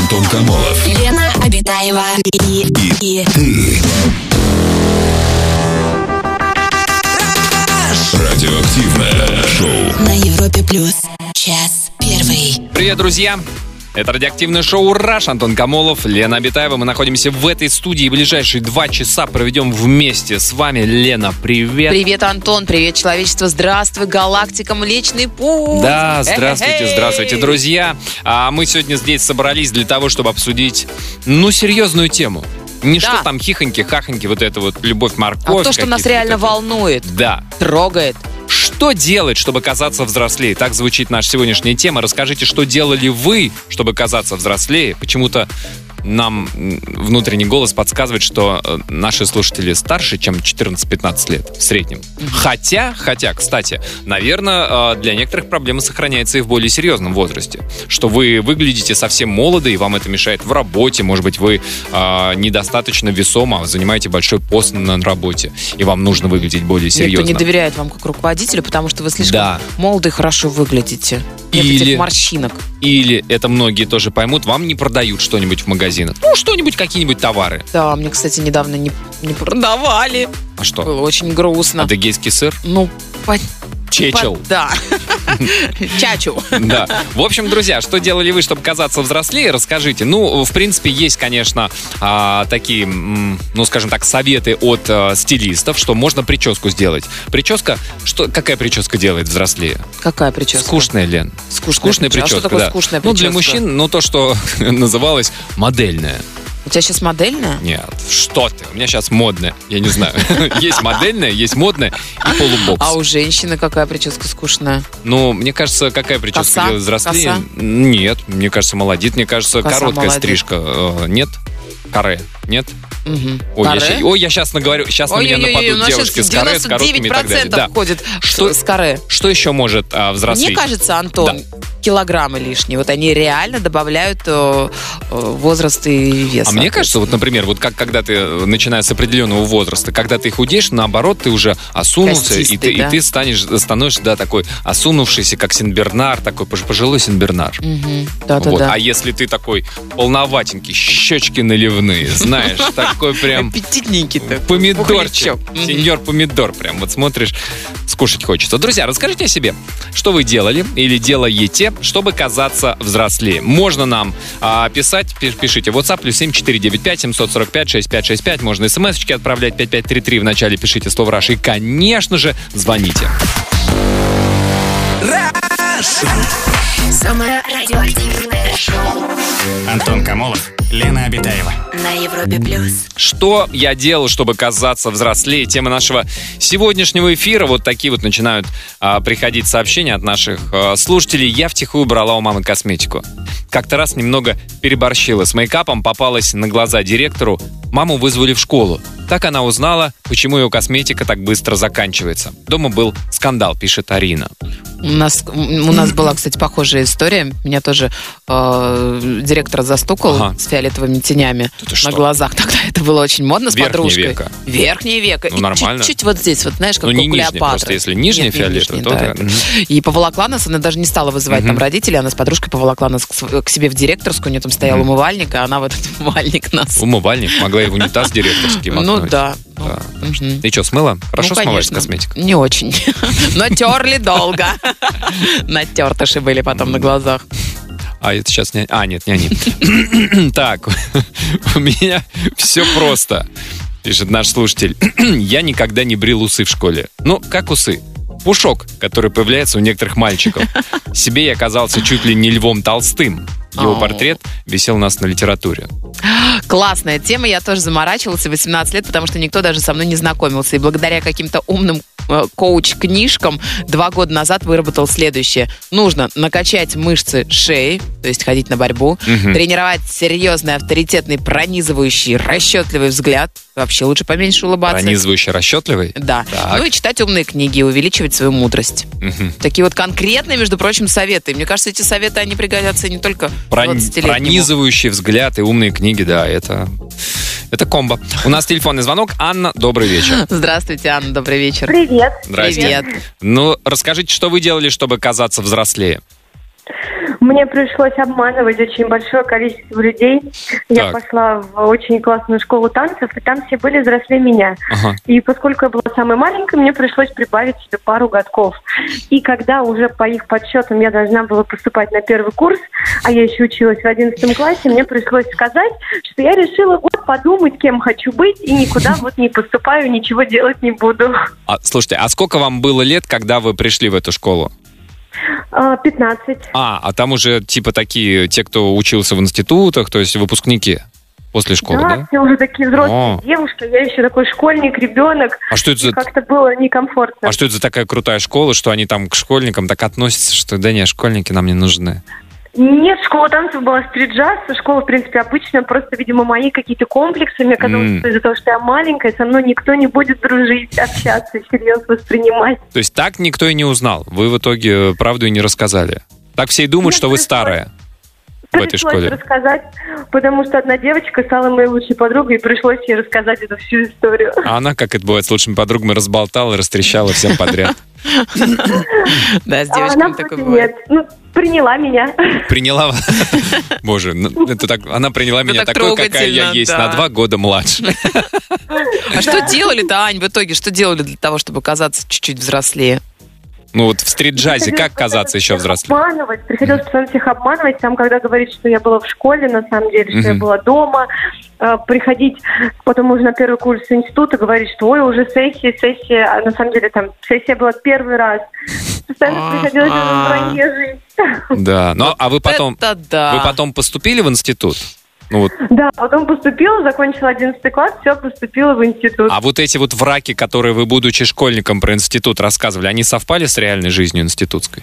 Антон Камолов. Лена Обитаева и, и Ты. Радиоактивное шоу. на Европе плюс час первый. Привет, друзья! Это радиоактивное шоу «Раш». Антон Камолов, Лена Абитаева. Мы находимся в этой студии. Ближайшие два часа проведем вместе с вами. Лена, привет! Привет, Антон, привет, человечество, здравствуй, галактика, Млечный Путь. Да, здравствуйте, Эхе-хей. здравствуйте, друзья. А мы сегодня здесь собрались для того, чтобы обсудить, ну, серьезную тему. Не Да. что там хихоньки, хахоньки, вот это вот любовь А морковь. то, что нас какие-то реально вот волнует, это. Да. трогает. Что делать, чтобы казаться взрослее? Так звучит наша сегодняшняя тема. Расскажите, что делали вы, чтобы казаться взрослее? Почему-то нам м, внутренний голос подсказывает, что э, наши слушатели старше, чем 14-15 лет в среднем. Хотя, хотя, кстати, наверное, э, для некоторых проблема сохраняется и в более серьезном возрасте. Что вы выглядите совсем молодо, и вам это мешает в работе. Может быть, вы э, недостаточно весомо а занимаете большой пост на работе, и вам нужно выглядеть более серьезно. Никто не доверяет вам как руководителю, потому что вы слишком Да. молоды и хорошо выглядите. Нет Или- этих морщинок. Или это многие тоже поймут, вам не продают что-нибудь в магазинах. Ну, что-нибудь, какие-нибудь товары. Да, мне, кстати, недавно не, не продавали. А что? Было очень грустно. Адыгейский сыр? Ну, по- Чечел. по- Да. Чачу. Да. В общем, друзья, что делали вы, чтобы казаться взрослее, расскажите. Ну, в принципе, есть, конечно, а, такие, м, ну, скажем так, советы от а, стилистов, что можно прическу сделать. Прическа, что, какая прическа делает взрослее? Какая прическа? Скучная, Лен. Скучная, Скучная прическа. прическа, А что такое да. скучная Ну, для прическа? мужчин, ну, то, что называлось модельная. У тебя сейчас модельная? Нет, что ты? У меня сейчас модное. Я не знаю. Есть модельное, есть модное и А у полубокс. женщины какая прическа скучная? Ну, мне кажется, какая прическа Коса? делает взрослее? Коса? Нет, мне кажется, молодит. Мне кажется, Коса короткая молодит. стрижка. Э, Нет? Каре? Нет? Мгм. Ой, я Каре? щас- Ой, я сейчас наговорю. Сейчас на меня Ой-ой-ой, у нападут нас девушки сейчас с каре, с короткими и так далее. 99% Да. ходит Что- что? с каре. Что еще может а, Мне взрослеть? кажется, Антон, килограммы лишние. Вот они реально добавляют э, э, возраст и вес. А мне кажется, вот, например, вот как когда ты, э, начиная с определенного возраста, когда ты худеешь, наоборот, ты уже осунулся, и ты, Костистый, и да. ты станешь, становишься, да, такой осунувшийся, как Синбернар, такой пож- пожилой Синбернар. Мгм. Да-да-да. Вот. А если ты такой полноватенький, щечки наливные, знаешь, такой прям Аппетитненький ты. помидорчик, пухлячок. Мгм. сеньор помидор прям, вот смотришь, скушать хочется. Друзья, расскажите о себе, что вы делали или делаете, чтобы казаться взрослее. Можно нам а, писать, пи- пишите WhatsApp, плюс 7495 745 6565, можно смс-очки отправлять 5533, вначале пишите слово «Раш» и, конечно же, звоните. Самое радиоактивное шоу Антон Камолов, Лена Обитаева. на Европе плюс. Что я делал, чтобы казаться взрослее? Тема нашего сегодняшнего эфира. Вот такие вот начинают а, приходить сообщения от наших а, слушателей. Я втихую брала у мамы косметику. Как-то раз немного переборщила с мейкапом, попалась на глаза директору. Маму вызвали в школу. Так она узнала, почему ее косметика так быстро заканчивается. Дома был скандал, пишет Арина. Ну У нас, м, у нас была, кстати, похожая история. Меня тоже э, директор застукал Ага. с фиолетовыми тенями Да ты на что? глазах. Тогда это было очень модно с Верхнее подружкой. веко. Верхнее веко. Ну, И нормально. Чуть-чуть вот здесь, вот знаешь, как Ну, у не нижнее Клеопатры. просто. Если нижнее Нет, не фиолетовое, нижнее, то... да, да. это- Мгм. И поволокла нас, она даже не стала вызывать Мгм. там родителей, она с подружкой поволокла нас к св- к себе в директорскую, у нее там стоял Мгм. умывальник, а она в этот умывальник нас... Умывальник, могла и в унитаз директорский Ну макнуть. да. Да. Мгм. И что, смыла? Хорошо Ну, смываешь конечно. косметику? Не очень. Но терли долго. Натертыши были потом на глазах. А, это сейчас не... А, нет, не они. Так, у меня все просто, пишет наш слушатель. Я никогда не брил усы в школе. Ну, как усы? Пушок, который появляется у некоторых мальчиков. Себе я оказался чуть ли не львом толстым. Его Ау. портрет висел у нас на литературе. Классная тема, я тоже заморачивалась в 18 лет, потому что никто даже со мной не знакомился. И благодаря каким-то умным э, коуч-книжкам два года назад выработал следующее. Нужно накачать мышцы шеи, то есть ходить на борьбу, Мгм. тренировать серьезный, авторитетный, пронизывающий, расчетливый взгляд. Вообще лучше поменьше улыбаться. Пронизывающий, расчетливый. Да. Так. Ну и читать умные книги, и увеличивать свою мудрость. Мгм. Такие вот конкретные, между прочим, советы. Мне кажется, эти советы, они пригодятся не только Прон- 20-летнему. Пронизывающий взгляд и умные книги, да, это... Это комбо. У нас телефонный звонок. Анна, добрый вечер. Здравствуйте, Анна, добрый вечер. Привет. Здрасте. Привет. Ну, расскажите, что вы делали, чтобы казаться взрослее? Мне пришлось обманывать очень большое количество людей. Я Так. пошла в очень классную школу танцев, и там все были взрослее меня. Ага. И поскольку я была самой маленькой, мне пришлось прибавить себе пару годков. И когда уже по их подсчетам я должна была поступать на первый курс, а я еще училась в 11 классе, мне пришлось сказать, что я решила вот подумать, кем хочу быть, и никуда вот не поступаю, ничего делать не буду. А, слушайте, а сколько вам было лет, когда вы пришли в эту школу? А, 15. А, а там уже типа такие, те, кто учился в институтах, то есть выпускники после школы, да? все уже такие взрослые О. девушки, я еще такой школьник, ребенок. А что это И за... как-то было некомфортно. А что это за такая крутая школа, что они там к школьникам так относятся, что да не, школьники нам не нужны. Нет, школа танцев была стрит-джаз, школа, в принципе, обычная, просто, видимо, мои какие-то комплексы. Мне казалось, М. что из-за того, что я маленькая, со мной никто не будет дружить, общаться, всерьез воспринимать. То есть так никто и не узнал. Вы в итоге правду и не рассказали. Так все и думают, Нет, что вы пришлось. старая. В этой пришлось школе. рассказать, потому что одна девочка стала моей лучшей подругой, и пришлось ей рассказать эту всю историю. А она, как это бывает с лучшими подругами, разболтала, растрещала всем подряд. Да, с А девочками она такое вроде бывает. нет. Ну, приняла меня. Приняла... вас. Боже, ну, это так- она приняла меня так такой, какая я трогательно, есть, да. на два года младше. А что делали-то, Ань, в итоге? Что делали для того, чтобы казаться чуть-чуть взрослее? Ну вот в стрит-джазе как Приходилось казаться еще всех взрослым? Обманывать. Приходилось постоянно всех обманывать. Там, когда говорит, что я была в школе, на самом деле, что я Мгм. была дома, э, приходить потом уже на первый курс института, говорить, что ой, уже сессия, сессия. А на самом деле там сессия была первый раз. Постоянно А-а. приходилось в а. этом вранье жить. Да, ну а вы потом... Это да. Вы потом поступили в институт? Ну вот Да, потом поступила, закончила 11 класс, все, поступила в институт. А вот эти вот враки, которые вы, будучи школьником, про институт рассказывали, они совпали с реальной жизнью институтской?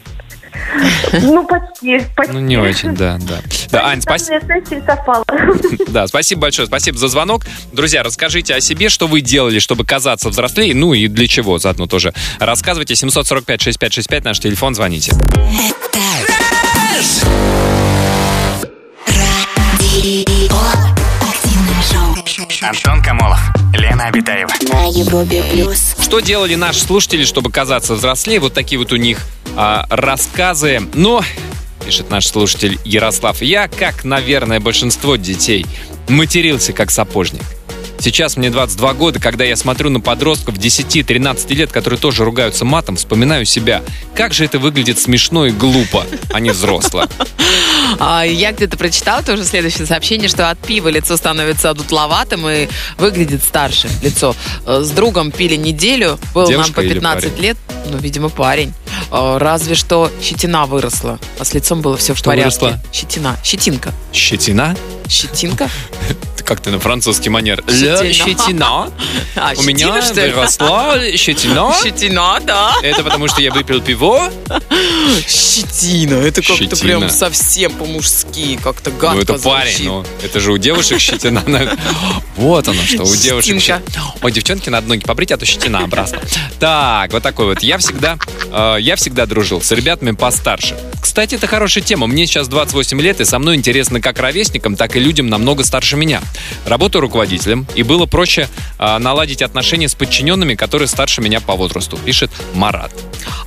Ну, почти, почти. Ну, не очень, да, да. Да, Ань, Там спасибо. у меня сессия совпала. Да, спасибо большое, спасибо за звонок. Друзья, расскажите о себе, что вы делали, чтобы казаться взрослее, ну и для чего заодно тоже. Рассказывайте 745-6565, наш телефон, звоните. Радио. Активное шоу. Антон Камолов, Лена Обитаева. На Европе плюс. Что делали наши слушатели, чтобы казаться взрослее? Вот такие вот у них а, рассказы. Но, пишет наш слушатель Ярослав, я, как, наверное, большинство детей, матерился как сапожник. Сейчас мне 22 года, когда я смотрю на подростков 10-13 лет, которые тоже ругаются матом, вспоминаю себя. Как же это выглядит смешно и глупо, а не взросло. А, Я где-то прочитала тоже следующее сообщение, что от пива лицо становится дутловатым и выглядит старше лицо. Э, С другом пили неделю, был нам Девушка по или 15 парень? лет, ну, видимо, парень. Э, Разве что щетина выросла, а с лицом было все в Что порядке. выросла? Щетина, щетинка. Щетина? Щетинка? Как ты на французский манер? Щетина. Ля, Щетина. А, У меня щетина, что ли? выросла щетина. Щетина, да. Это потому, что я выпил пиво. Щетина. Это как-то Щетина. прям совсем по-мужски, как-то гадко Ну, это звучит. парень, ну, это же у девушек щетина. на- Вот оно что, у девушек Щетинка. щетина. Ой, девчонки, надо ноги побрить, а то щетина обратно. Так, вот такой вот. Я всегда, э, я всегда дружил с ребятами постарше. Кстати, это хорошая тема. Мне сейчас 28 лет, и со мной интересно как ровесникам, так и людям намного старше меня. Работаю руководителем, и было проще э, наладить отношения с подчиненными, которые старше меня по возрасту, пишет Марат.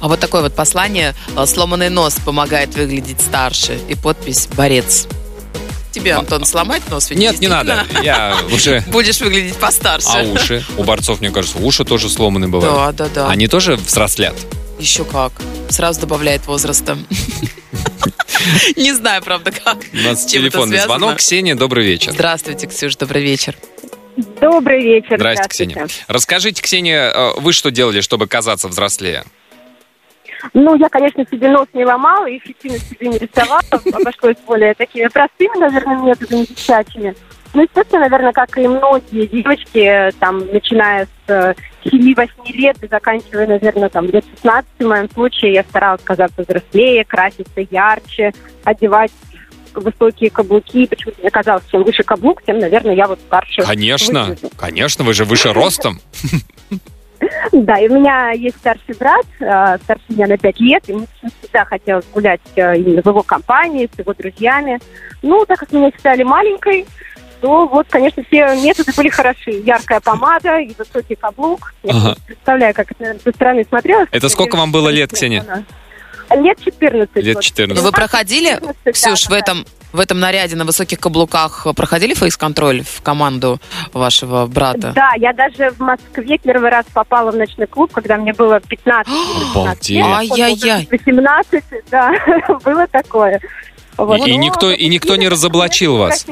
А вот такое вот послание э, «Сломанный нос помогает выглядеть старше» и подпись «Борец». Тебе, Антон, сломать нос? ведь А, Нет, не надо. действительно Я уже... Будешь выглядеть постарше. А уши? У борцов, мне кажется, уши тоже сломаны бывают. Да, да, да. Они тоже взрослят? Еще как. Сразу добавляет возраста. Не знаю, правда, как. У нас с чем это телефонный связано. звонок. Ксения, добрый вечер. Здравствуйте, Ксюш, добрый вечер. Ну, Добрый вечер. Здрасте, Ксения. Расскажите, Ксения, э, вы что делали, чтобы казаться взрослее? Ну, я, конечно, себе нос не ломала и фитины себе не рисовала. Обошлось более такими простыми, наверное, методами девчачьими. Ну, естественно, наверное, как и многие девочки, э, там, начиная с э, 7-8 лет и заканчивая, наверное, там, лет 16, в моем случае, я старалась казаться взрослее, краситься ярче, одевать высокие каблуки. Почему-то мне казалось, чем выше каблук, тем, наверное, я вот старше. Конечно, выгляжу. конечно, вы же выше ростом. Да, и у меня есть старший брат, э, старше меня на 5 лет, и мне всегда хотелось гулять э, именно в его компании, с его друзьями. Ну, так как меня считали маленькой, то вот, конечно, все методы были хороши. Яркая помада и высокий каблук. Я Ага. представляю, как это наверное, со стороны смотрелось. Это сколько вам было лет, Ксения? Лет 14. Лет вот. 14. Ну, Вы проходили, 14, да, Ксюш, в такая. этом, в этом наряде на высоких каблуках проходили фейс-контроль в команду вашего брата? Да, я даже в Москве первый раз попала в ночной клуб, когда мне было 15. или 16 лет. Обалдеть. Вот, Ай-яй-яй. 18, да, было такое. Вот. и Но никто- и никто не разоблачил вас?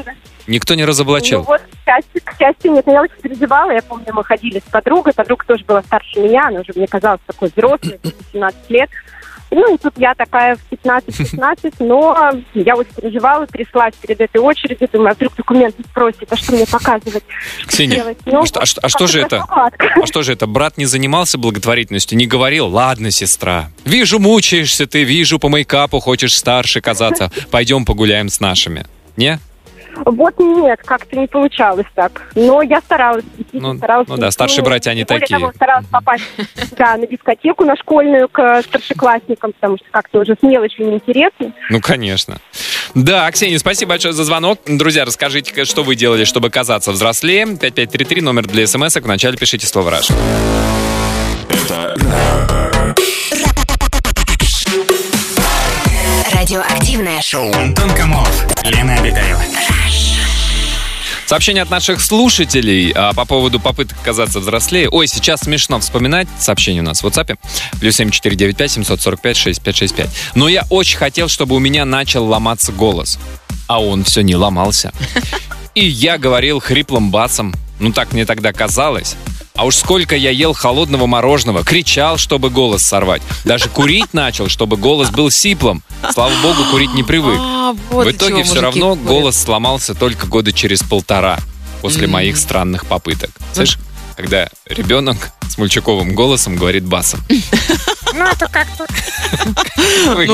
Никто не Ну разоблачил. вот, к счастью, к счастью, нет, я очень переживала. Я помню, мы ходили с подругой. Подруга тоже была старше меня. Она уже, мне казалось, такой взрослой, 18 лет. Ну, и тут я такая в 15-16, но я очень переживала, тряслась перед этой очередью. Думаю, а вдруг документы спросит, а что мне показывать, Ксения, делать? Ну, а что- а что- а что же как-то это? сладко. а что же это, брат не занимался благотворительностью, не говорил, ладно, сестра, вижу, мучаешься ты, вижу, по мейкапу хочешь старше казаться, пойдем погуляем с нашими. Не? Вот нет, как-то не получалось так. Но я старалась. действительно Ну, старалась ну да, старшие Ну, братья, они тем более такие. Того, старалась попасть да, на дискотеку, на школьную, к старшеклассникам, потому что как-то уже с мелочью неинтересно. Ну, конечно. Да, Ксения, спасибо большое за звонок. Друзья, расскажите, что вы делали, чтобы казаться взрослее. 5533, номер для смс -ок. Вначале пишите слово «Раш». Радиоактивное шоу. Антон Камолов, Лена Обитаева. Сообщение от наших слушателей а, по поводу попыток казаться взрослее. Ой, сейчас смешно вспоминать сообщение у нас в WhatsApp. Плюс 7495 745 6565. Но я очень хотел, чтобы у меня начал ломаться голос. А он все не ломался. И я говорил хриплым басом. Ну так мне тогда казалось. А уж сколько я ел холодного мороженого, кричал, чтобы голос сорвать. Даже курить начал, чтобы голос был сиплым. Слава богу, курить не привык. А, вот В от чего итоге все мужики равно курят. голос сломался только года через полтора после М. моих странных попыток. Слышишь, когда ребенок с мульчаковым голосом говорит басом. Ну,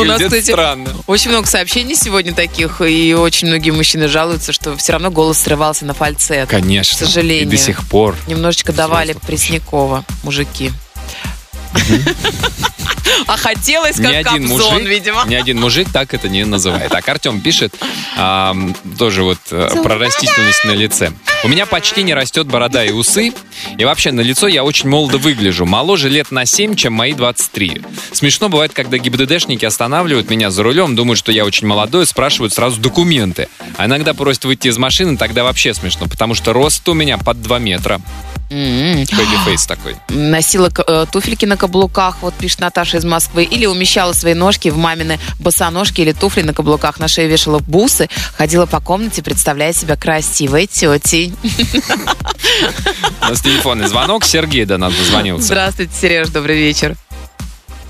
у нас, Выглядит кстати, странно. Очень много сообщений сегодня таких, и очень многие мужчины жалуются, что все равно голос срывался на фальцет. Конечно. К сожалению. И до сих пор. Немножечко Серьезно, давали слушай. Преснякова, мужики. А хотелось, Ни как один, капзон, мужик, видимо. ни один мужик так это не называет. Так, Артем пишет, ам, тоже вот э, про растительность на лице. У меня почти не растет борода и усы, и вообще на лицо я очень молодо выгляжу. Моложе лет на 7, чем мои 23. Смешно бывает, когда ГИБДДшники останавливают меня за рулем, думают, что я очень молодой, спрашивают сразу документы. А иногда просят выйти из машины, тогда вообще смешно, потому что рост у меня под 2 метра. М-м. Бэби-фейс такой. Носила к- э, туфельки на каблуках, вот пишет Наташа из Москвы, или умещала свои ножки в мамины босоножки или туфли на каблуках, на шею вешала бусы, ходила по комнате, представляя себя красивой тетей. У нас телефонный звонок. Сергей до нас дозвонился. Здравствуйте, Сереж, добрый вечер.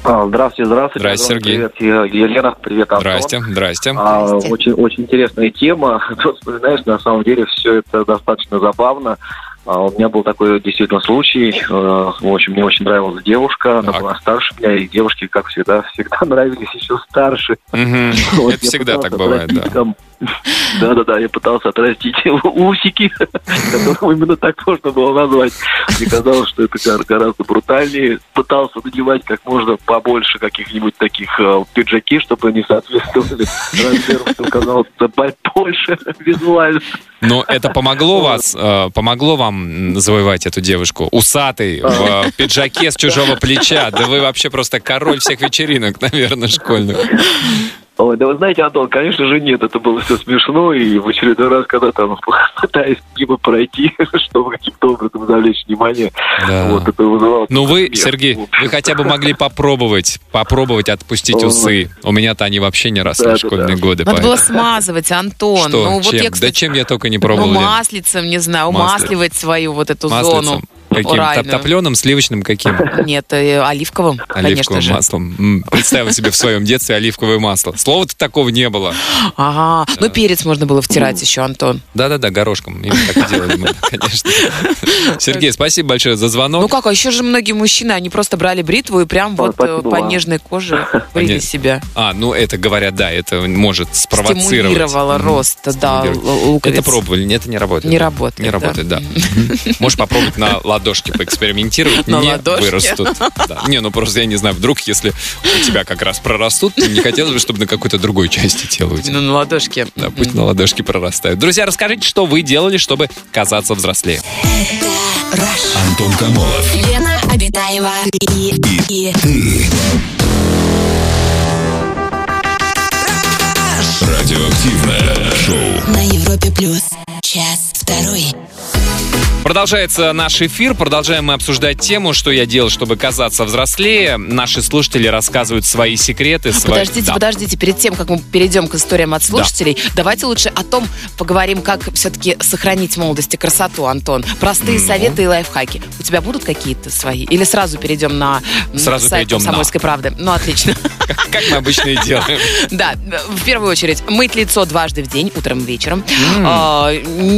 А, Здравствуйте, здравствуйте. Здрасте, Здравствуйте, Сергей. Привет, Е- Елена, привет, Антон. Здрасте, здрасте. А, Здрасте. очень, очень интересная тема. Тут вспоминаешь, на самом деле все это достаточно забавно. А, у меня был такой действительно случай. Э, В общем, мне очень нравилась девушка. Она Так. была старше меня, и девушки, как всегда, всегда нравились еще старше. Мгм. Вот Это я всегда пытался так бывает, да. отрастить там- Да-да-да, я пытался отрастить усики, которые именно так можно было назвать. Мне казалось, что это гор- гораздо брутальнее. Пытался надевать как можно побольше каких-нибудь таких э, пиджаки, чтобы они соответствовали размеру, что казалось это больше визуально. Но это помогло вас, э, помогло вам м, завоевать эту девушку? Усатый, А. в э, пиджаке с чужого плеча. Да вы вообще просто король всех вечеринок, наверное, школьных. Ой, да вы знаете, Антон, конечно же нет, это было все смешно, и в очередной раз, когда там пытаюсь мимо пройти, чтобы каким-то образом завлечь внимание, Да. вот это вызывало... Ну вы, смех, Сергей, в общем. вы хотя бы могли попробовать, попробовать отпустить Ой. усы. У меня-то они вообще не росли в Да-да-да. школьные годы. Надо поэтому- Ну, было смазывать, Антон. Что, Ну, вот чем? я, да кстати, чем я только не ну, пробовал. Лен. маслицем, не знаю, Маслицем. умасливать свою вот эту Маслицем. зону. Каким? оральную. Топленым, сливочным каким? Нет, э, оливковым, конечно Оливковым же. маслом. М, Представил себе в своем детстве оливковое масло. Слова-то такого не было. Ага. Ну, перец можно было Ну. втирать еще, Антон. Да-да-да, горошком. Именно так и делали мы, конечно. Сергей, спасибо большое за Ну звонок. как, а еще же многие мужчины, они просто брали бритву и прям Да, вот э, спасибо по вам. нежной коже брили Нет. себя. А, ну это говорят, да, это может спровоцировать. Стимулировало Мгм. рост, да, л- Стимулировать. луковиц. Это пробовали, нет, это не работает. Не работает. Не работает, да. Можешь попробовать на ладошке поэкспериментировать, На не ладошке. вырастут. Да. Не, ну просто я не знаю, вдруг, если у тебя как раз прорастут, то не хотелось бы, чтобы на какой-то другой части тела у тебя. Ну, на ладошке. Да, пусть на ладошке прорастают. Друзья, расскажите, что вы делали, чтобы казаться взрослее. Антон Камолов. Лена Обитаева и, и, Радиоактивное шоу. На Европе плюс. Час второй. Продолжается наш эфир, продолжаем мы обсуждать тему, что я делал, чтобы казаться взрослее. Наши слушатели рассказывают свои секреты, свои... Подождите, Да. подождите, перед тем, как мы перейдем к историям от слушателей, давайте лучше о том поговорим, как все-таки сохранить молодость и красоту, Антон. Простые Ну. советы и лайфхаки. У тебя будут какие-то свои? Или сразу перейдем на м, Сразу сайт перейдем на. «Комсомольской правды»? Ну, отлично. Как мы обычно и делаем. Да, в первую очередь, мыть лицо дважды в день, утром и вечером. А,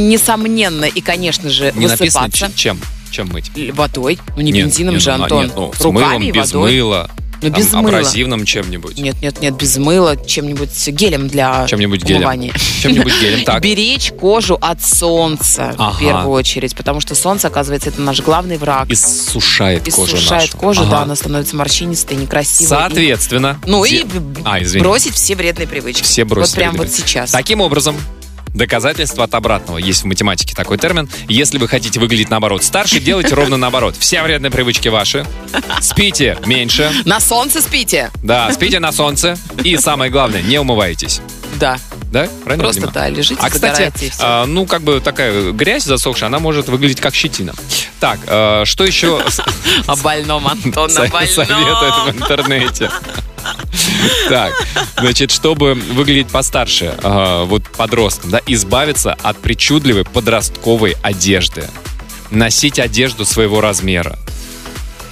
Несомненно и, конечно же, Не написано высыпаться. ч- чем? Чем мыть? Л- Водой, ну не Нет, бензином нет, же, ну, а, Антон. нет, ну, с Руками мылом, и без водой. мыла. Ну, там, без мыла. Абразивным чем-нибудь. Нет, нет, нет, без мыла, чем-нибудь гелем для Чем-нибудь гелем. умывания. Чем-нибудь гелем. Так, Беречь кожу от солнца Ага. в первую очередь, потому что солнце, оказывается, это наш главный враг. иссушает кожу Иссушает нашу. кожу, Ага. да, она становится морщинистой, некрасивой. и- Соответственно. Ну де- и б- А, извини. бросить все вредные привычки. Все бросить Вот прям вредные вот сейчас. Таким образом, доказательство от обратного. Есть в математике такой термин. Если вы хотите выглядеть наоборот старше, делайте ровно наоборот. Все вредные привычки ваши. Спите меньше. На солнце спите. Да, спите на солнце. И самое главное, не умывайтесь. Да, Да? Правильно просто понимаю? да, лежите, А, кстати, загорайте, и всё. а, ну, как бы такая грязь засохшая, она может выглядеть как щетина. Так, а, что еще с- о больном, Антон, о со- советуют в больном. интернете? Так, значит, чтобы выглядеть постарше, а, вот подростком, да, избавиться от причудливой подростковой одежды. Носить одежду своего размера.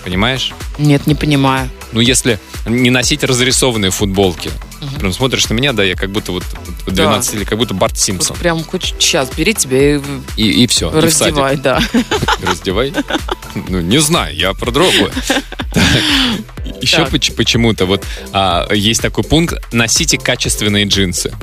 Понимаешь? Нет, не понимаю. Ну, если не носить разрисованные футболки. Прям смотришь на меня, да, я как будто вот вот 12 или как будто Барт Вот Симпсон. прям хоть сейчас бери тебя и в- И, и все. И Ну, в садик. раздевай, да. Раздевай. Ну, не знаю, я про другое. Так. Еще Так. поч- почему-то вот а, есть такой пункт «носите качественные джинсы».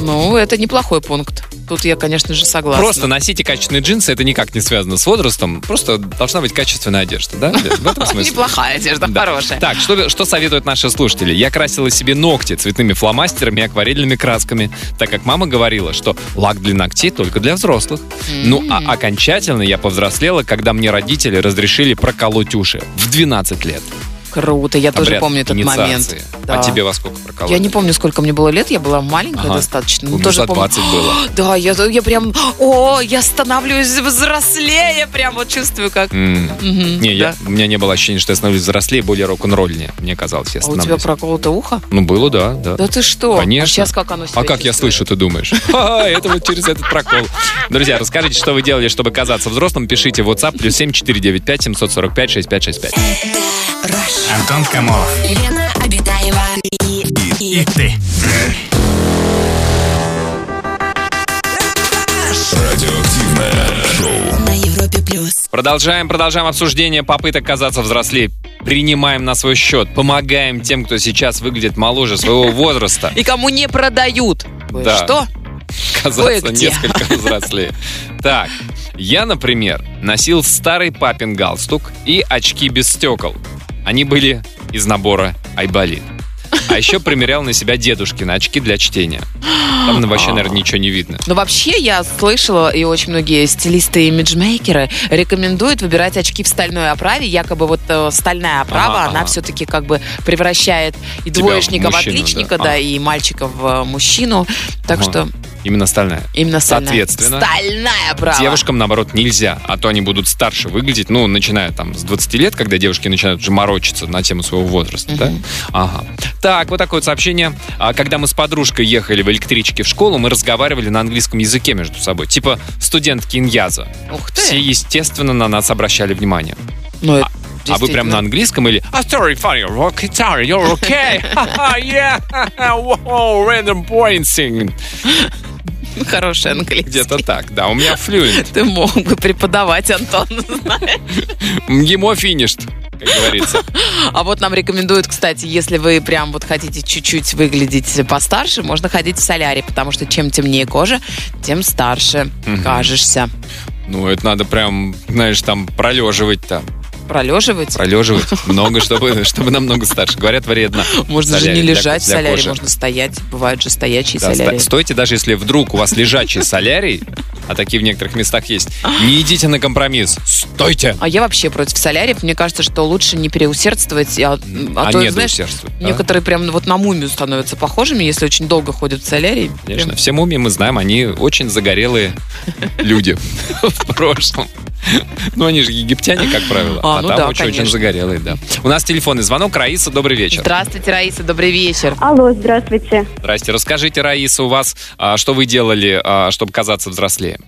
Ну, это неплохой пункт. Тут я, конечно же, согласна. Просто носите качественные джинсы, это никак не связано с возрастом, просто должна быть качественная одежда, да? Лен? В этом смысле. Неплохая одежда, Да. хорошая. Так, что, что советуют наши слушатели? Я красила себе ногти цветными фломастерами и акварельными красками, так как мама говорила, что лак для ногтей только для взрослых. Ну, а окончательно я повзрослела, когда мне родители разрешили проколоть уши в 12 лет. Круто, я тоже Обряд помню этот момент. инициации. Да. А тебе во сколько прокололи? Я не помню, сколько мне было лет, я была маленькая Ага. достаточно. У но меня тоже за помню. 20 было. Да, я, я прям, о, я становлюсь взрослее, прям вот чувствую как. М. Мгм, Не, я- да. А у меня не было ощущения, что я становлюсь взрослее, более рок-н-ролльнее. Мне казалось, я А у тебя становлюсь. проколото ухо? Ну, было, да, да. Да ты что? Конечно. А сейчас как оно себя А как я чувствует? слышу, ты думаешь? Ха-ха, Это вот через этот прокол. Друзья, расскажите, что вы делали, чтобы казаться взрослым. Пишите в WhatsApp плюс 7495 745 6565. Антон Камолов. Лена Обитаева. И, и- И ты. Радиоактивное шоу. на Европе плюс. Продолжаем, продолжаем обсуждение попыток казаться взрослее. Принимаем на свой счет, помогаем тем, кто сейчас выглядит моложе своего возраста, И кому не продают? Ой, Да. Что? казаться Кое-где. несколько взрослее. Так, я, например, носил старый папин галстук и очки без стекол. Они были из набора Айболит. А еще примерял на себя дедушкины очки для чтения. Там ну, вообще, наверное, ничего не видно. Но Ну, вообще я слышала, и очень многие стилисты и имиджмейкеры рекомендуют выбирать очки в стальной оправе. Якобы вот э, стальная оправа, Ага, она ага. все-таки как бы превращает и Тебя в двоечника в, мужчину, отличника, да. да, А. и мальчика в э, мужчину. Так Ага. что Именно стальная. именно стальная. Соответственно, Стальная оправа. Девушкам, наоборот, нельзя, а то они будут старше выглядеть, ну, начиная там с 20 лет, когда девушки начинают уже морочиться на тему своего возраста, да? Ага. Так, вот такое вот сообщение. А, Когда мы с подружкой ехали в электричке в школу, мы разговаривали на английском языке между собой. Типа студентки Иньяза. Ух ты. Все, естественно, на нас обращали внимание. Ну, это А вы прям действительно. на английском или I'm sorry, funny, rock guitar, you're okay. Ха-ха, yeah, wow, random pointing. Хороший английский. Где-то так, да. У меня флюент. Ты мог бы преподавать, Антон. Ему финишт, как говорится. А вот нам рекомендуют, кстати, если вы прям вот хотите чуть-чуть выглядеть постарше, можно ходить в солярий, потому что чем темнее кожа, тем старше кажешься. Ну, это надо прям, знаешь, там пролеживать там. Пролеживать? Пролеживать много, чтобы, чтобы намного старше. Говорят, вредно. Можно же Солярий не для- лежать в для солярии, кожи. можно стоять. Бывают же стоячие Да, солярии. ста- стойте, даже если вдруг у вас лежачий солярий, а такие в некоторых местах есть, не идите на компромисс. Стойте! А я вообще против соляриев. Мне кажется, что лучше не переусердствовать. А, а а то, нет, знаешь, усердствуй, да? некоторые прям вот на мумию становятся похожими, если очень долго ходят в солярии. Конечно. Все мумии мы знаем, они очень загорелые люди в прошлом. Ну, они же египтяне, как правило. А, А ну там да, очень-очень конечно. загорелые, да. У нас телефонный звонок. Раиса, добрый вечер. Здравствуйте, Раиса, добрый вечер. Алло, здравствуйте. Здрасте. Расскажите, Раиса, у вас, а, что вы делали, а, чтобы казаться взрослее?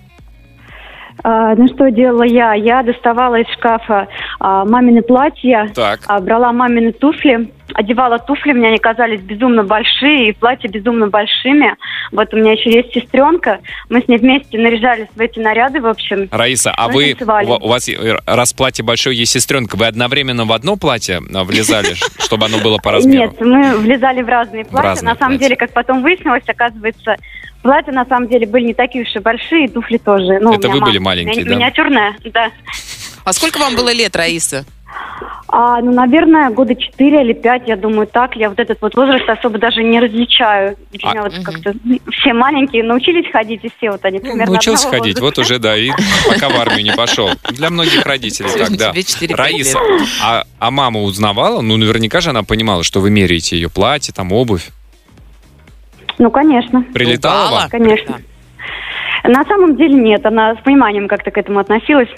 А, ну что делала я? Я доставала из шкафа а, мамины платья, Так. а, брала мамины туфли, одевала туфли, мне они казались безумно большие, и платья безумно большими. Вот у меня еще есть сестренка, мы с ней вместе наряжались в эти наряды, в общем. Раиса, а Мы вы, у танцевали. ва- у вас, э, раз платье большое, есть сестренка, вы одновременно в одно платье а, влезали, ш- чтобы оно было по размеру? Нет, мы влезали в разные платья. разные на самом платья. деле, как потом выяснилось, оказывается, платья на самом деле были не такие уж и большие, и туфли тоже. Ну, у Это меня вы были мама ми- маленькие, да? Миниатюрная, да. А сколько вам было лет, Раиса? А, ну, наверное, года 4 или 5, я думаю, так. Я вот этот вот возраст особо даже не различаю. Для А, меня вот мгм. как-то ну, все маленькие научились ходить, и все вот они примерно Ну, Научился одного ходить, вот возраста. уже, да, и пока в армию не пошел. Для многих родителей так, да. Тебе 4 Раиса, а, а мама узнавала? Ну, наверняка же она понимала, что вы меряете ее платье, там, обувь. Ну, конечно, Прилетала Ругала? вам? конечно. На самом деле нет, она с пониманием как-то к этому относилась.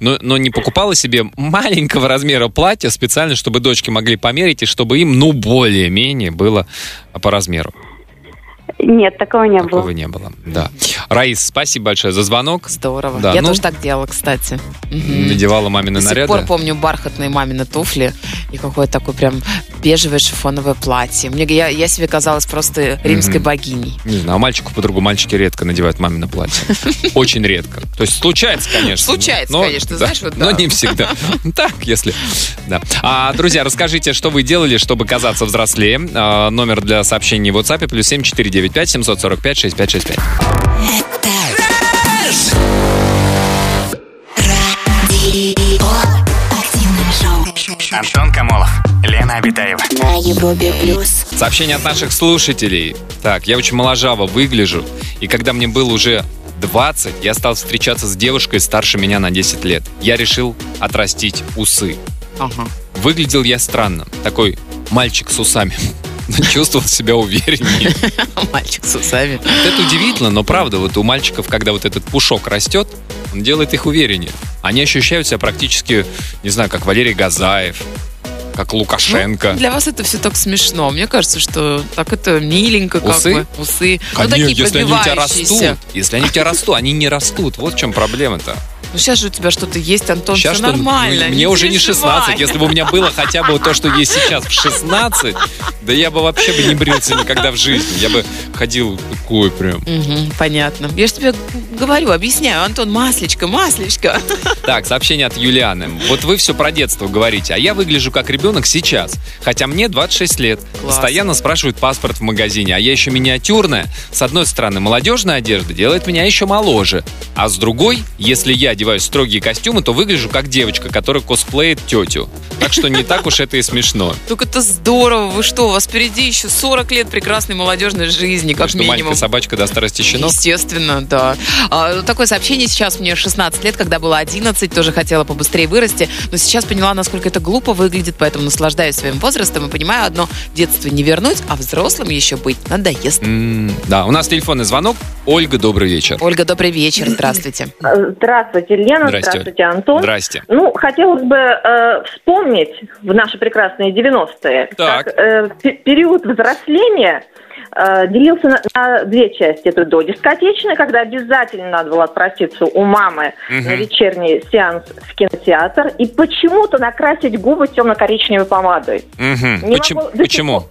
Но, но не покупала себе маленького размера платья специально, чтобы дочки могли померить, и чтобы им, ну, более-менее было по размеру. Нет, такого не Такого было. не было, да. Раис, спасибо большое за звонок. Здорово. Да, я ну- тоже так делала, кстати. Мгм. Надевала мамины До сих пор наряды. помню бархатные мамины туфли и какое-то такое прям бежевое шифоновое платье. Мне, я, я себе казалась просто римской Мгм. богиней. Не знаю, а мальчику по-другому. Мальчики редко надевают мамино платье. Очень редко. То есть случается, конечно. Случается, конечно, знаешь, вот Но да. не всегда. Ну, Так, если... Да. А, друзья, расскажите, что вы делали, чтобы казаться взрослее. А, номер для сообщений в WhatsApp плюс 7495 745 6565. Это радио. Активное шоу. Антон Камолов, Лена Обитаева. На Европе плюс. Сообщение от наших слушателей. Так, я очень моложаво выгляжу, и когда мне было уже 20, я стал встречаться с девушкой старше меня на 10 лет. Я решил отрастить усы. Ага. Выглядел я странно. Такой мальчик с усами. Но Чувствовал себя увереннее. Мальчик с усами. Вот это удивительно, но правда, вот у мальчиков, когда вот этот пушок растет, он делает их увереннее. Они ощущают себя практически, не знаю, как Валерий Газаев, как Лукашенко. Ну, Для вас это все так смешно. Мне кажется, что так это миленько как Усы? бы. Усы. ну, Конечно, такие если они у тебя растут, пробивающиеся. если они у тебя растут, они не растут. Вот в чем проблема-то. Ну, сейчас же у тебя что-то есть, Антон, Щас, все что- нормально. ну, Мне уже не переживай. 16. Если бы у меня было хотя бы вот то, что есть сейчас в 16, да я бы вообще бы не брился никогда в жизни. Я бы ходил такой прям. Мгм, понятно. Я же тебе говорю, объясняю, Антон, маслечко, маслечко. Так, сообщение от Юлианы. Вот вы все про детство говорите, а я выгляжу как ребенок сейчас. Хотя мне 26 лет. Класс. Постоянно спрашивают паспорт в магазине, а я еще миниатюрная. С одной стороны, молодежная одежда делает меня еще моложе. А с другой, если я одеваю строгие костюмы, то выгляжу как девочка, которая косплеит тетю. Так что не так уж это и смешно. Только это здорово. Вы что, у вас впереди еще 40 лет прекрасной молодежной жизни, как что минимум. маленькая ну? собачка до старости щенок. Естественно, да. А, ну, такое сообщение сейчас мне 16 лет, когда было 11, тоже хотела побыстрее вырасти, но сейчас поняла, насколько это глупо выглядит, поэтому наслаждаюсь своим возрастом и понимаю одно, детство не вернуть, а взрослым еще быть надоест. М, Да, у нас телефонный звонок. Ольга, добрый вечер. Ольга, добрый вечер, здравствуйте. Здравствуйте, Лена. Здрасте. Здравствуйте, Антон. Здрасте. Ну, хотелось бы э, вспомнить в наши прекрасные 90-е, Так. как, э, пе- период взросления э, делился на, на две части. Это до дискотечной, когда обязательно надо было отпроситься у мамы на Мгм. вечерний сеанс в кинотеатр и почему-то накрасить губы темно-коричневой помадой. Мгм. Не Почем- могу до сих Почему? пор.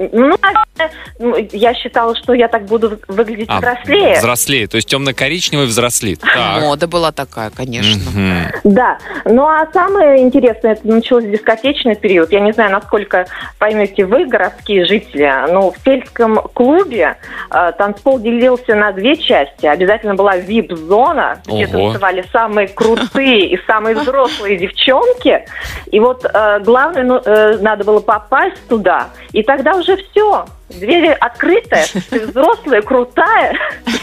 Ну, наверное, ну, я считала, что я так буду выглядеть А, взрослее. Взрослее, то есть темно-коричневый взрослит. Так. Мода была такая, конечно. Мгм. Да. Ну, а самое интересное, это началось в дискотечный период. Я не знаю, насколько поймете вы, городские жители, но в сельском клубе э, танцпол делился на две части. Обязательно была вип-зона, где Ого. танцевали самые крутые и самые взрослые девчонки. И вот э, главное, ну, э, надо было попасть туда, и тогда уже все. Двери открытые, ты взрослая, крутая.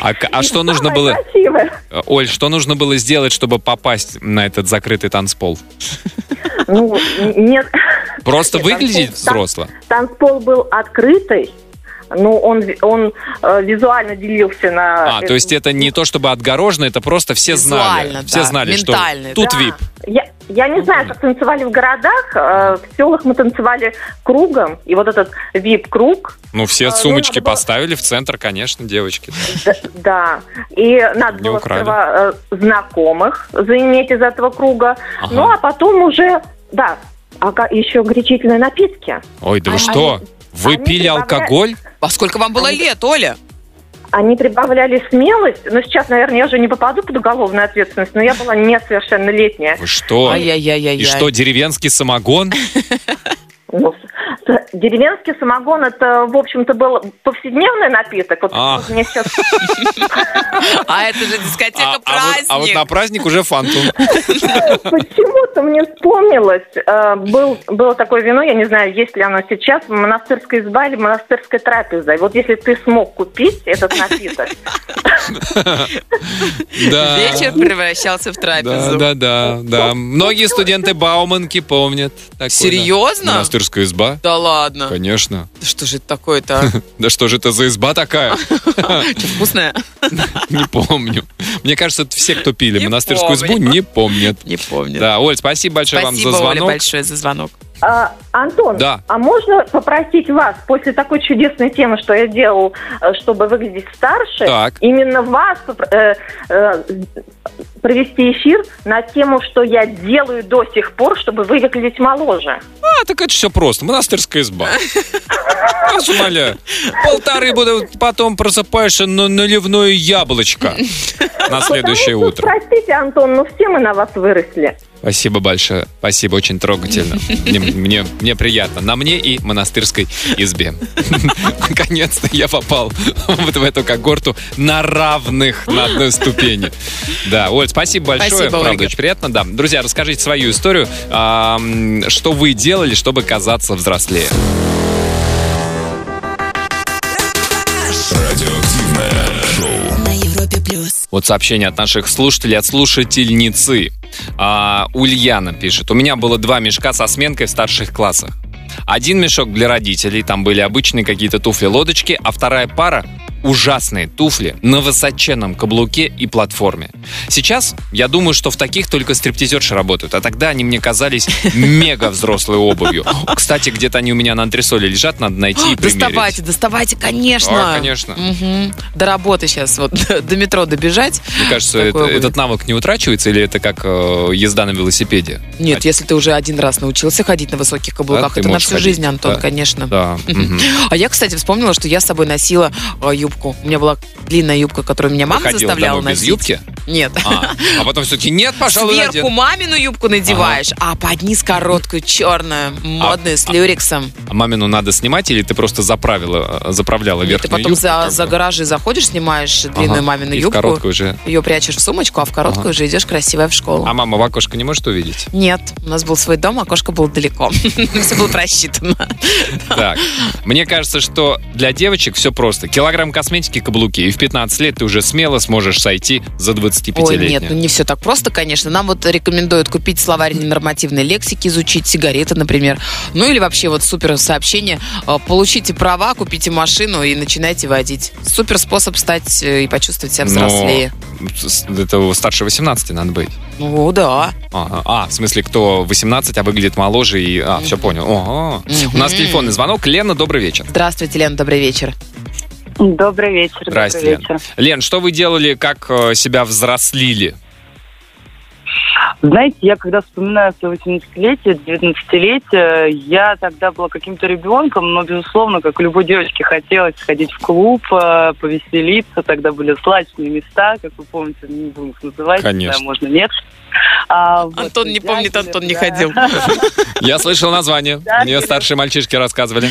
А, к- а и что нужно самая было, красивая. Оль, что нужно было сделать, чтобы попасть на этот закрытый танцпол? Ну, н- нет, Просто Нет, выглядеть танцпол- тан- взросло? Танцпол был открытый, но он, ви- он э, визуально делился на... А, то есть это не то, чтобы отгорожено, это просто все Визуально, знали. Все да, знали, что ментально, тут Да. вип. Я, я не знаю, как танцевали в городах, э, в селах мы танцевали кругом, и вот этот вип-круг, Ну, все А, ну, сумочки надо было- поставили в центр, конечно, девочки. д- да, и надо Не было украли. сперва э, знакомых заиметь из этого круга, Ага. ну а потом уже, да, а ка- еще горячительные напитки. Ой, да вы Они- что? Вы они пили прибавляют- алкоголь? А сколько вам было Они- лет, Оля? Они прибавляли смелость, но сейчас, наверное, я уже не попаду под уголовную ответственность, но я была несовершеннолетняя. Вы что? Ай-яй-яй-яй. И что, деревенский самогон? Ну, с- деревенский самогон это, в общем-то, был повседневный напиток. Вот А. мне сейчас А это же А, дискотека а вот, праздник. а вот на праздник уже фантом. почему-то мне вспомнилось, э, был, было такое вино, я не знаю, есть ли оно сейчас, монастырская изба или монастырская трапеза. И вот если ты смог купить этот напиток, Да. Вечер превращался в э, Да, трапезу. да, да, да. Многие студенты Бауманки помнят. такое, да. Серьезно? Монастырская изба? Да ладно. Конечно. Да Что же это такое-то? а? Да что же это за изба такая? Что, вкусное? Не помню. Мне кажется, это все, кто пили Не монастырскую избу, помню. не помнят. Не помню. Да, Оль, спасибо большое вам за Спасибо, Оля, звонок. большое за звонок. А, Антон, Да. а можно попросить вас после такой чудесной темы, что я делал, э, чтобы выглядеть старше, Так. именно вас попро- э, э, провести эфир на тему, что я делаю до сих пор, чтобы вы выглядеть моложе. А, так это все просто. Монастырская изба. Я вас умоляю. Полторы будут, потом просыпаешься на наливное яблочко на следующее Потому что, утро. Простите, Антон, но все мы на вас выросли. Спасибо большое. Спасибо, очень трогательно. Мне, мне, мне приятно. На мне и монастырской избе. Наконец-то я попал вот в эту когорту на равных на одной ступени. Да, Оль, спасибо большое. Спасибо, Правда, Ольга. очень приятно. Да. Друзья, расскажите свою историю. а, м, что вы делали, чтобы казаться взрослее? Радиоактивное шоу. На Европе плюс. Вот сообщение от наших слушателей, от слушательницы. А, Ульяна пишет. У меня было два мешка со сменкой в старших классах. Один мешок для родителей, там были обычные какие-то туфли-лодочки, а вторая пара – ужасные туфли на высоченном каблуке и платформе. Сейчас я думаю, что в таких только стриптизерши работают, а тогда они мне казались мега взрослой обувью. Кстати, где-то они у меня на антресоле лежат, надо найти и примерить. Доставайте, доставайте, конечно. Да, конечно. Мгм. До работы сейчас, вот, до метро добежать. Мне кажется, Такое это- будет. этот навык не утрачивается, или это как э, езда на велосипеде? Нет, А- если ты уже один раз научился ходить на высоких Да, каблуках, ты это на можешь всю ходить, жизнь, Антон, да. конечно. Да. мгм. А я, кстати, вспомнила, что я с собой носила э, юбку. У меня была длинная юбка, которую меня мама Выходил заставляла домой без носить. юбки? Нет. А, а потом все-таки нет, пожалуй, Сверху надену. мамину юбку надеваешь, а под низ короткую, черную, модную, с а- люрексом. А мамину надо снимать, или ты просто заправила, э, заправляла И ты верхнюю потом юбку, как за, бы? за гаражи заходишь, снимаешь длинную Ага. мамину И в юбку, короткую же. ее прячешь в сумочку, а в короткую Ага. уже идешь красивая в школу. А мама в окошко не может увидеть? Нет, у нас был свой дом, окошко было далеко. Все было просчитано. Так. Мне кажется, что для девочек все просто. Килограмм косметики, каблуки. И в 15 лет ты уже смело сможешь сойти за 25 Ой, нет, ну не все так просто, конечно. Нам вот рекомендуют купить словарь ненормативной лексики, изучить сигареты, например. Ну или вообще вот супер сообщение. э, Получите права, купите машину и начинайте водить. Супер способ стать э, и почувствовать себя взрослее. Это старше 18 надо быть. Ну да. А, а, в смысле, кто 18, а выглядит моложе и... А, все понял. Ого. У нас Мгм. телефонный звонок. Лена, добрый вечер. Здравствуйте, Лена, добрый вечер. Добрый вечер. Здрасте, добрый вечер. Лен, что вы делали, как э, себя взрослили? Знаете, я когда вспоминаю свое 18-летие, 19-летие, я тогда была каким-то ребенком, но, безусловно, как любой девочке, хотелось сходить в клуб, э, повеселиться. Тогда были слачные места, как вы помните, не будем их называть. не знаю, Конечно. можно, нет. А, вот, Антон не помнит, приятели, Антон не да. ходил. Я слышал название. Да, Мне серьезно. старшие мальчишки рассказывали.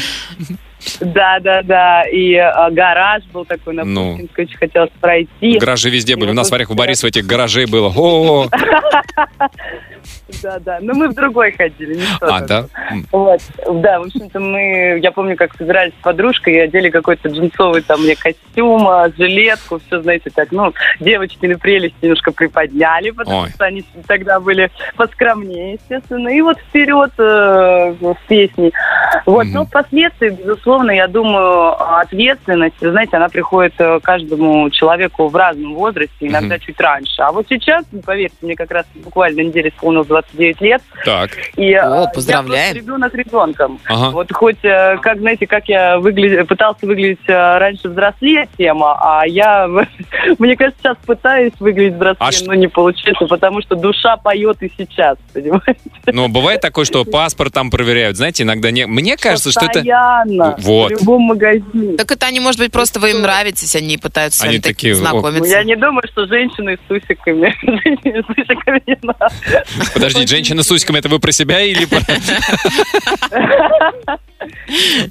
Да, да, да. И э, гараж был такой на Ну. Пушкинской, очень хотелось пройти. Гаражи везде были. У нас в Орехово Борисово этих гаражей было. О, Да, да. Но мы в другой ходили. не в тот а, вот. да? М. Вот, да, в общем-то мы, я помню, как собирались с подружкой и одели какой-то джинсовый там мне костюм, а, жилетку, все, знаете, так, ну, девочки на прелесть немножко приподняли, потому Ой. что они тогда были поскромнее, естественно, и вот вперед э, с песней. Вот, ну, Мгм. но впоследствии, безусловно, я думаю, ответственность, вы знаете, она приходит э, каждому человеку в разном возрасте, иногда чуть раньше. А вот сейчас, ну, поверьте, мне как раз буквально неделю исполнилось 29 лет, Так, и э, О, я поздравляем. просто ребенок ребенком. ага. Вот хоть, э, как знаете, как я выгля- пытался выглядеть э, раньше взрослее тема, а я, мне кажется, сейчас пытаюсь выглядеть взрослее, А ш- но не получается, потому что душа поет и сейчас, понимаете? Но ну, бывает такое, что паспорт там проверяют. Знаете, иногда не... Мне кажется, что это... Постоянно, Вот. в любом магазине. Так это они, может быть, просто вы им нравитесь, они пытаются с Они вами так такие, о. Ну, Я знакомиться. не думаю, что женщины с усиками. Женщины с усиками не надо. Подожди, женщина с усиками, это вы про себя или про...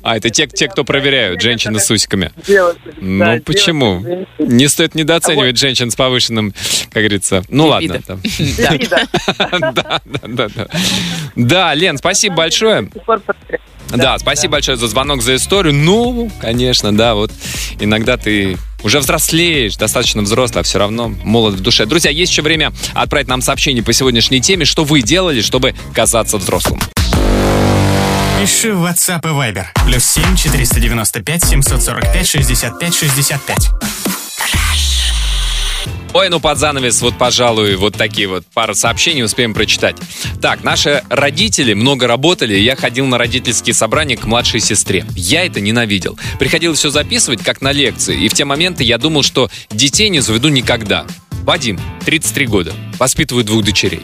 А, это те, те, кто проверяют, женщины с усиками. Девушек, Ну, да, девушек, почему? женщин. Не стоит недооценивать женщин с повышенным, как говорится. Ну ладно. Либидо. там. Да. И да, Да, да, да, да. Да, Лен, спасибо большое. до сих пор повторяю. Да, спасибо большое за звонок, за историю. Ну, конечно, да, вот иногда ты уже взрослеешь, достаточно взрослый, а все равно молод в душе. Друзья, есть еще время отправить нам сообщение по сегодняшней теме, что вы делали, чтобы казаться взрослым. Пиши в WhatsApp и Viber. Плюс 7 495 745 65 65. Ой, ну под занавес вот, пожалуй, вот такие вот пару сообщений успеем прочитать. Так, наши родители много работали, и я ходил на родительские собрания к младшей сестре. Я это ненавидел. Приходилось все записывать, как на лекции, и в те моменты я думал, что детей не заведу никогда. Вадим, 33 года, воспитываю двух дочерей.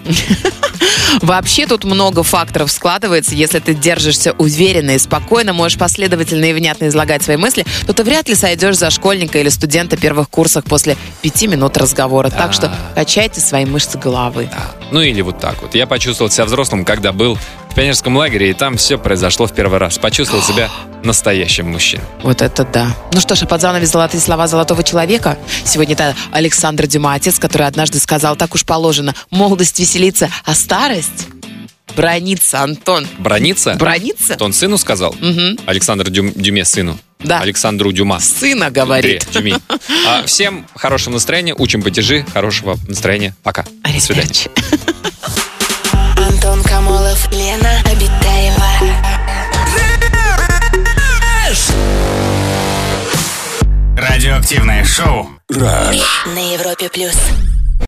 Вообще тут много факторов складывается. Если ты держишься уверенно и спокойно, можешь последовательно и внятно излагать свои мысли, то ты вряд ли сойдешь за школьника или студента первых курсах после пяти минут разговора. Так что качайте свои мышцы головы. Ну или вот так вот. Я почувствовал себя взрослым, когда был в пионерском лагере, и там все произошло в первый раз. Почувствовал себя настоящим мужчиной. Вот это да. Ну что ж, а под занавес «Золотые слова золотого человека» сегодня это Александр Дюма, отец, который однажды сказал, так уж положено, молодость веселится, а старость бронится, Антон. Брониться? Бронится? Это он сыну сказал? Мгм. Александр Дюм- Дюме сыну. Да. Александру Дюма. Сына говорит. Дре, Дюми. А, всем хорошего настроения, учим потяжи, хорошего настроения. Пока. До свидания. Респект. Антон Камолов, Лена Обитаева. Радиоактивное шоу. Rush. На Европе плюс.